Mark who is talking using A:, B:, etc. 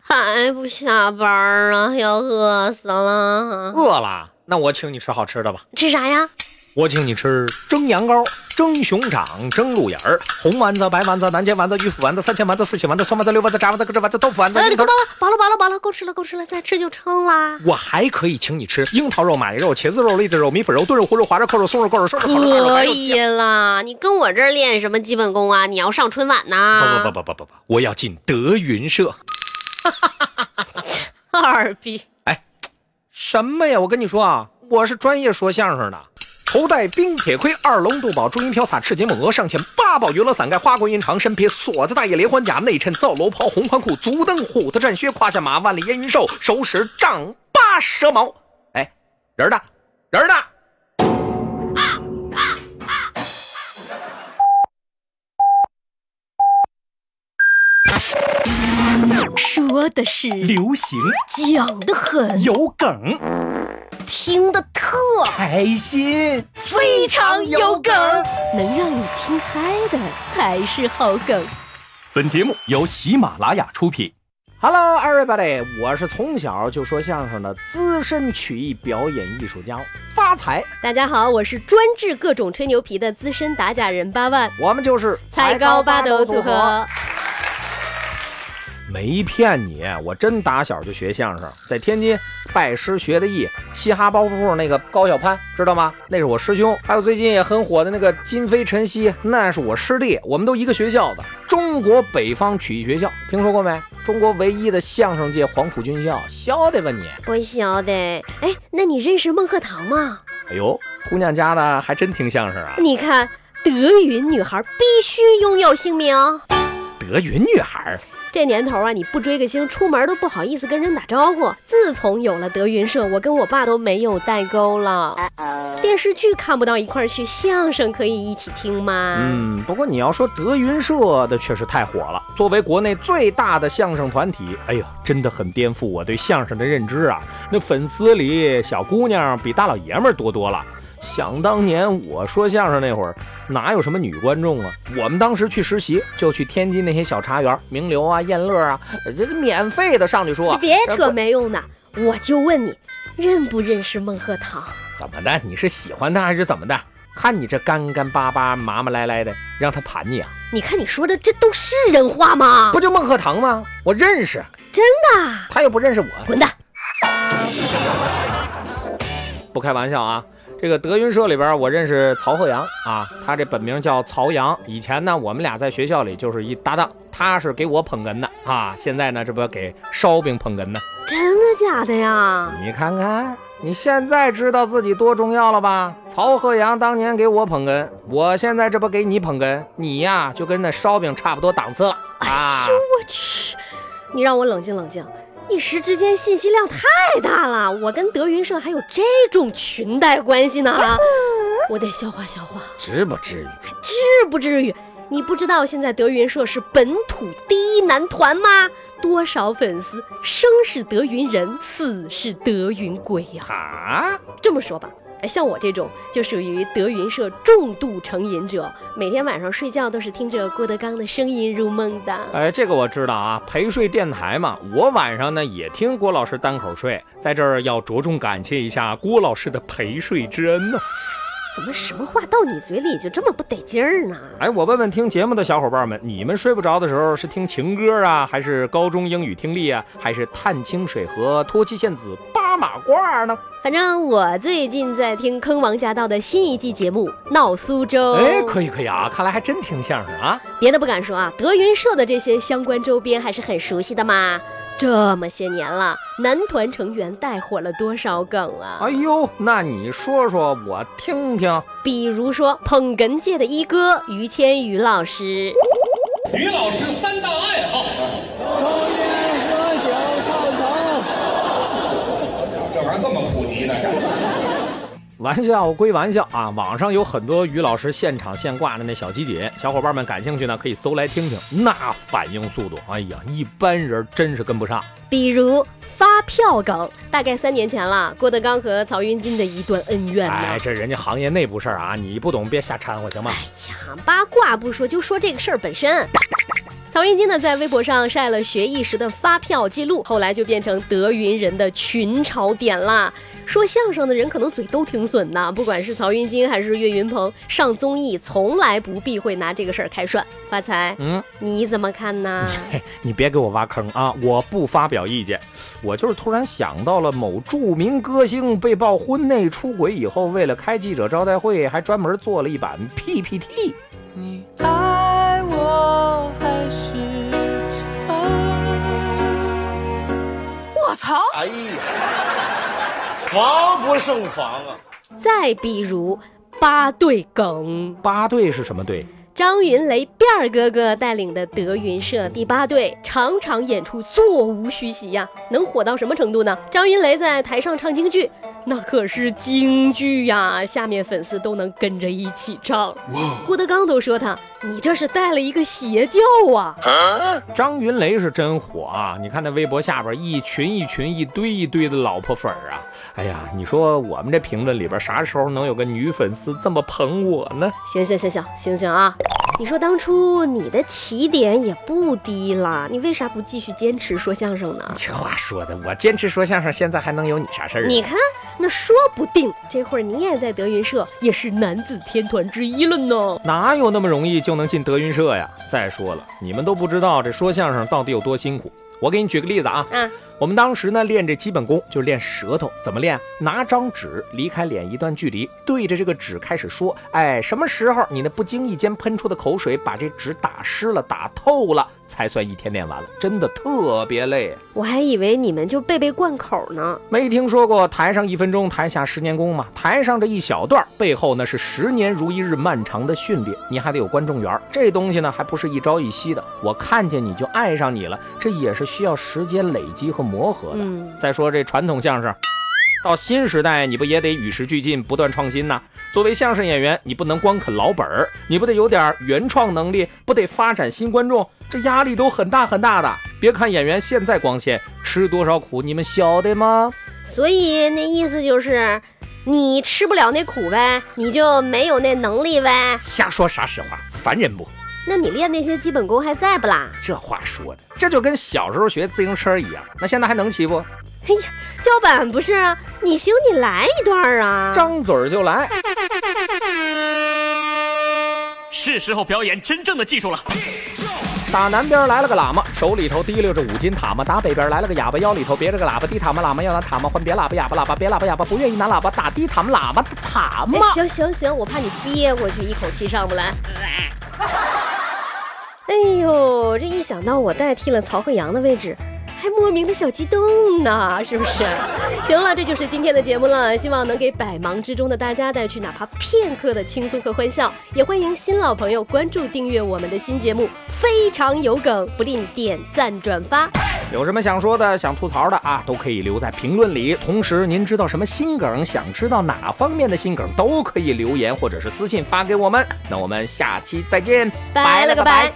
A: 还不下班啊？要饿死了！啊
B: 饿了，那我请你吃好吃的吧。
A: 哦吃啥 呀？
B: 我请你吃蒸羊羔、蒸熊掌、蒸鹿眼儿、红丸子、白丸子、南煎丸子、鱼腐丸子、三鲜丸子、四喜丸子、酸丸子、溜丸子、炸丸子、咯吱丸子、豆腐丸子。
A: 哎，
B: 樱
A: 你
B: 桃
A: 够了，饱了，饱了，饱了，够吃了，够吃了，再吃就撑啦。
B: 我还可以请你吃樱桃肉、马铃肉、茄子肉、栗子肉、米粉肉、炖肉、烀肉、滑肉、扣肉、松肉、扣肉、涮肉、烤肉、大肉
A: 可
B: 白肉
A: 以啦，你跟我这儿练什么基本功啊？你要上春晚呐？
B: 不不不不不不不，我要进德云社。
A: 不， 二逼！
B: 什么呀？我跟你说啊，我是专业说相声的，头戴冰铁盔，二龙肚宝，朱熨飘洒，赤金猛额，上前八宝云罗伞盖，花冠云长，身披锁子大叶连环甲，内衬皂楼袍，红宽裤，足蹬虎子战靴，胯下马万里烟云兽，手使丈八蛇矛。哎，人儿呢？人儿呢？
A: 说的是，
B: 流行
A: 讲的很，
B: 有梗，
A: 听的特
B: 开心。
A: 非常有梗，能让你听嗨的才是好梗。
B: 本节目由喜马拉雅出品。Hello everybody，我是从小就说相声的资深曲艺表演艺术家发财。
A: 大家好，我是专治各种吹牛皮的资深打假人八万，
B: 我们就是
A: 才高八斗组合。
B: 没骗你，我真打小就学相声，在天津拜师学的艺，嘻哈包袱铺那个高晓攀，知道吗？那是我师兄，还有最近也很火的那个金飞晨曦，那是我师弟，我们都一个学校的，中国北方曲艺学校，听说过没？中国唯一的相声界黄埔军校，晓得吧你？
A: 不晓得，哎，那你认识孟鹤堂吗？
B: 哎呦，姑娘家的还真听相声啊！
A: 你看，德云女孩必须拥有姓名。
B: 德云女孩，
A: 这年头啊，你不追个星，出门都不好意思跟人打招呼。自从有了德云社，我跟我爸都没有代沟了。电视剧看不到一块儿去，相声可以一起听吗？
B: 嗯，不过你要说德云社的确实太火了。作为国内最大的相声团体，哎呦，真的很颠覆我对相声的认知啊！那粉丝里小姑娘比大老爷们儿多多了。想当年我说相声那会儿，哪有什么女观众啊？我们当时去实习，就去天津那些小茶园，名流啊、燕乐啊，呃这个免费的上去说
A: 你。哎别
B: 呃
A: 扯没用的，我就问你，认不认识孟鹤堂？
B: 怎么的？你是喜欢他还是怎么的？看你这干干巴巴、麻麻赖赖的，让他盘你啊？
A: 你看你说的这都是人话吗？
B: 不就孟鹤堂吗？我认识，
A: 真的，
B: 他又不认识我。
A: 滚蛋！
B: 不开玩笑啊，这个德云社里边，我认识曹鹤阳啊，他这本名叫曹阳。以前呢，我们俩在学校里就是一搭档，他是给我捧哏的啊，现在呢，这不给烧饼捧哏呢。
A: 真的假的呀？
B: 你看看，你现在知道自己多重要了吧？曹鹤阳当年给我捧哏，我现在这不给你捧哏，你呀就跟那烧饼差不多档次了啊。
A: 哎我去，你让我冷静冷静。一时之间信息量太大了，我跟德云社还有这种裙带关系呢，我得消化消化，
B: 至不至于。
A: 至不至于？你不知道现在德云社是本土第一男团吗？多少粉丝，生是德云人，死是德云鬼呀、
B: 啊，
A: 这么说吧，哎像我这种就属于德云社重度成瘾者，每天晚上睡觉都是听着郭德纲的声音入梦的。
B: 哎，这个我知道啊，陪睡电台嘛，我晚上呢也听郭老师单口睡，在这儿要着重感谢一下郭老师的陪睡之恩呢、
A: 怎么什么话到你嘴里就这么不得劲儿呢？
B: 哎，我问问听节目的小伙伴们，你们睡不着的时候是听情歌啊，还是高中英语听力啊，还是探清水河、脱妻献子、八马褂呢？
A: 反正我最近在听《坑王驾到》的新一季节目《闹苏州》，
B: 哎，可以可以啊，看来还真听相声啊。
A: 别的不敢说啊，德云社的这些相关周边还是很熟悉的嘛。这么些年了，男团成员带火了多少梗啊？
B: 哎呦，那你说说我听听。
A: 比如说捧哏界的一哥于谦于老师，
C: 于老师三大爱好，抽烟、喝酒、泡腾，这玩意儿这么普及呢？
B: 玩笑归玩笑啊，网上有很多于老师现场现挂的那小集锦，小伙伴们感兴趣呢可以搜来听听，那反应速度，哎呀，一般人真是跟不上。
A: 比如发票梗，大概三年前了，郭德纲和曹云金的一段恩怨呢。
B: 哎，这人家行业内部事儿啊，你不懂别瞎掺和行吗？
A: 哎呀，八卦不说，就说这个事儿本身。曹云金呢，在微博上晒了学艺时的发票记录，后来就变成德云人的群嘲点啦。说相声的人可能嘴都挺损的，不管是曹云金还是岳云鹏，上综艺从来不避讳拿这个事儿开涮。发财，
B: 嗯，
A: 你怎么看呢？
B: 嘿，你别给我挖坑啊！我不发表意见，我就是突然想到了某著名歌星被曝婚内出轨以后，为了开记者招待会，还专门做了一版 PPT。
D: 你爱我还是他？我操！
E: 哎呀，防不胜防啊！
A: 再比如八对梗。
B: 八队是什么队？
A: 张云雷辫儿哥哥带领的德云社第八队，场场演出座无虚席呀、能火到什么程度呢？张云雷在台上唱京剧，那可是京剧呀、下面粉丝都能跟着一起唱。郭德纲都说他，你这是带了一个邪教啊！
B: 张云雷是真火啊！你看那微博下边一群一群、一堆一堆的老婆粉儿啊！哎呀，你说我们这评论里边啥时候能有个女粉丝这么捧我呢？
A: 行行行行行行啊！你说当初你的起点也不低啦，你为啥不继续坚持说相声呢？
B: 这话说的，我坚持说相声，现在还能有你啥事儿啊？
A: 你看，那说不定这会儿你也在德云社，也是男子天团之一了呢。
B: 哪有那么容易就能进德云社呀？再说了，你们都不知道这说相声到底有多辛苦。我给你举个例子啊，
A: 啊，
B: 我们当时呢练这基本功，就是练舌头，怎么练？拿张纸离开脸一段距离，对着这个纸开始说，哎，什么时候你那不经意间喷出的口水把这纸打湿了、打透了，才算一天练完了，真的特别累。啊
A: 我还以为你们就背背贯口呢。
B: 没听说过台上一分钟，台下十年功吗？台上这一小段，背后那是十年如一日漫长的训练，你还得有观众缘儿。这东西呢，还不是一朝一夕的。我看见你就爱上你了，这也是需要时间累积和磨合的。
A: 嗯，
B: 再说这传统相声，到新时代你不也得与时俱进，不断创新呐、作为相声演员，你不能光啃老本儿，你不得有点原创能力，不得发展新观众，这压力都很大很大的。别看演员现在光鲜，吃多少苦你们晓得吗？
A: 所以那意思就是，你吃不了那苦呗，你就没有那能力呗。
B: 瞎说啥实话，烦人不？
A: 那你练那些基本功还在不啦？
B: 这话说的，这就跟小时候学自行车一样，那现在还能骑不？
A: 哎呀，叫板不是啊，你行你来一段儿啊。
B: 张嘴儿就来。
F: 是时候表演真正的技术了。
B: 打南边来了个喇嘛，手里头提溜着五斤塔嘛；打北边来了个哑巴，腰里头别着个喇叭。低塔嘛喇嘛要拿塔嘛换，别喇叭哑巴喇叭，别喇叭哑巴不愿意拿喇叭，打低塔嘛喇叭的塔嘛
A: 哎。行行行，我怕你憋过去，一口气上不来。哎呦，这一想到我代替了曹鹤阳的位置，还莫名的小激动呢，是不是？ 行了，这就是今天的节目了，希望能给百忙之中的大家带去哪怕片刻的轻松和欢笑。也欢迎新老朋友关注订阅我们的新节目《非常有梗》，不吝点赞转发。
B: 有什么想说的、想吐槽的啊，都可以留在评论里。同时，您知道什么新梗，想知道哪方面的新梗，都可以留言或者是私信发给我们。那我们下期再见，
A: 拜了个拜。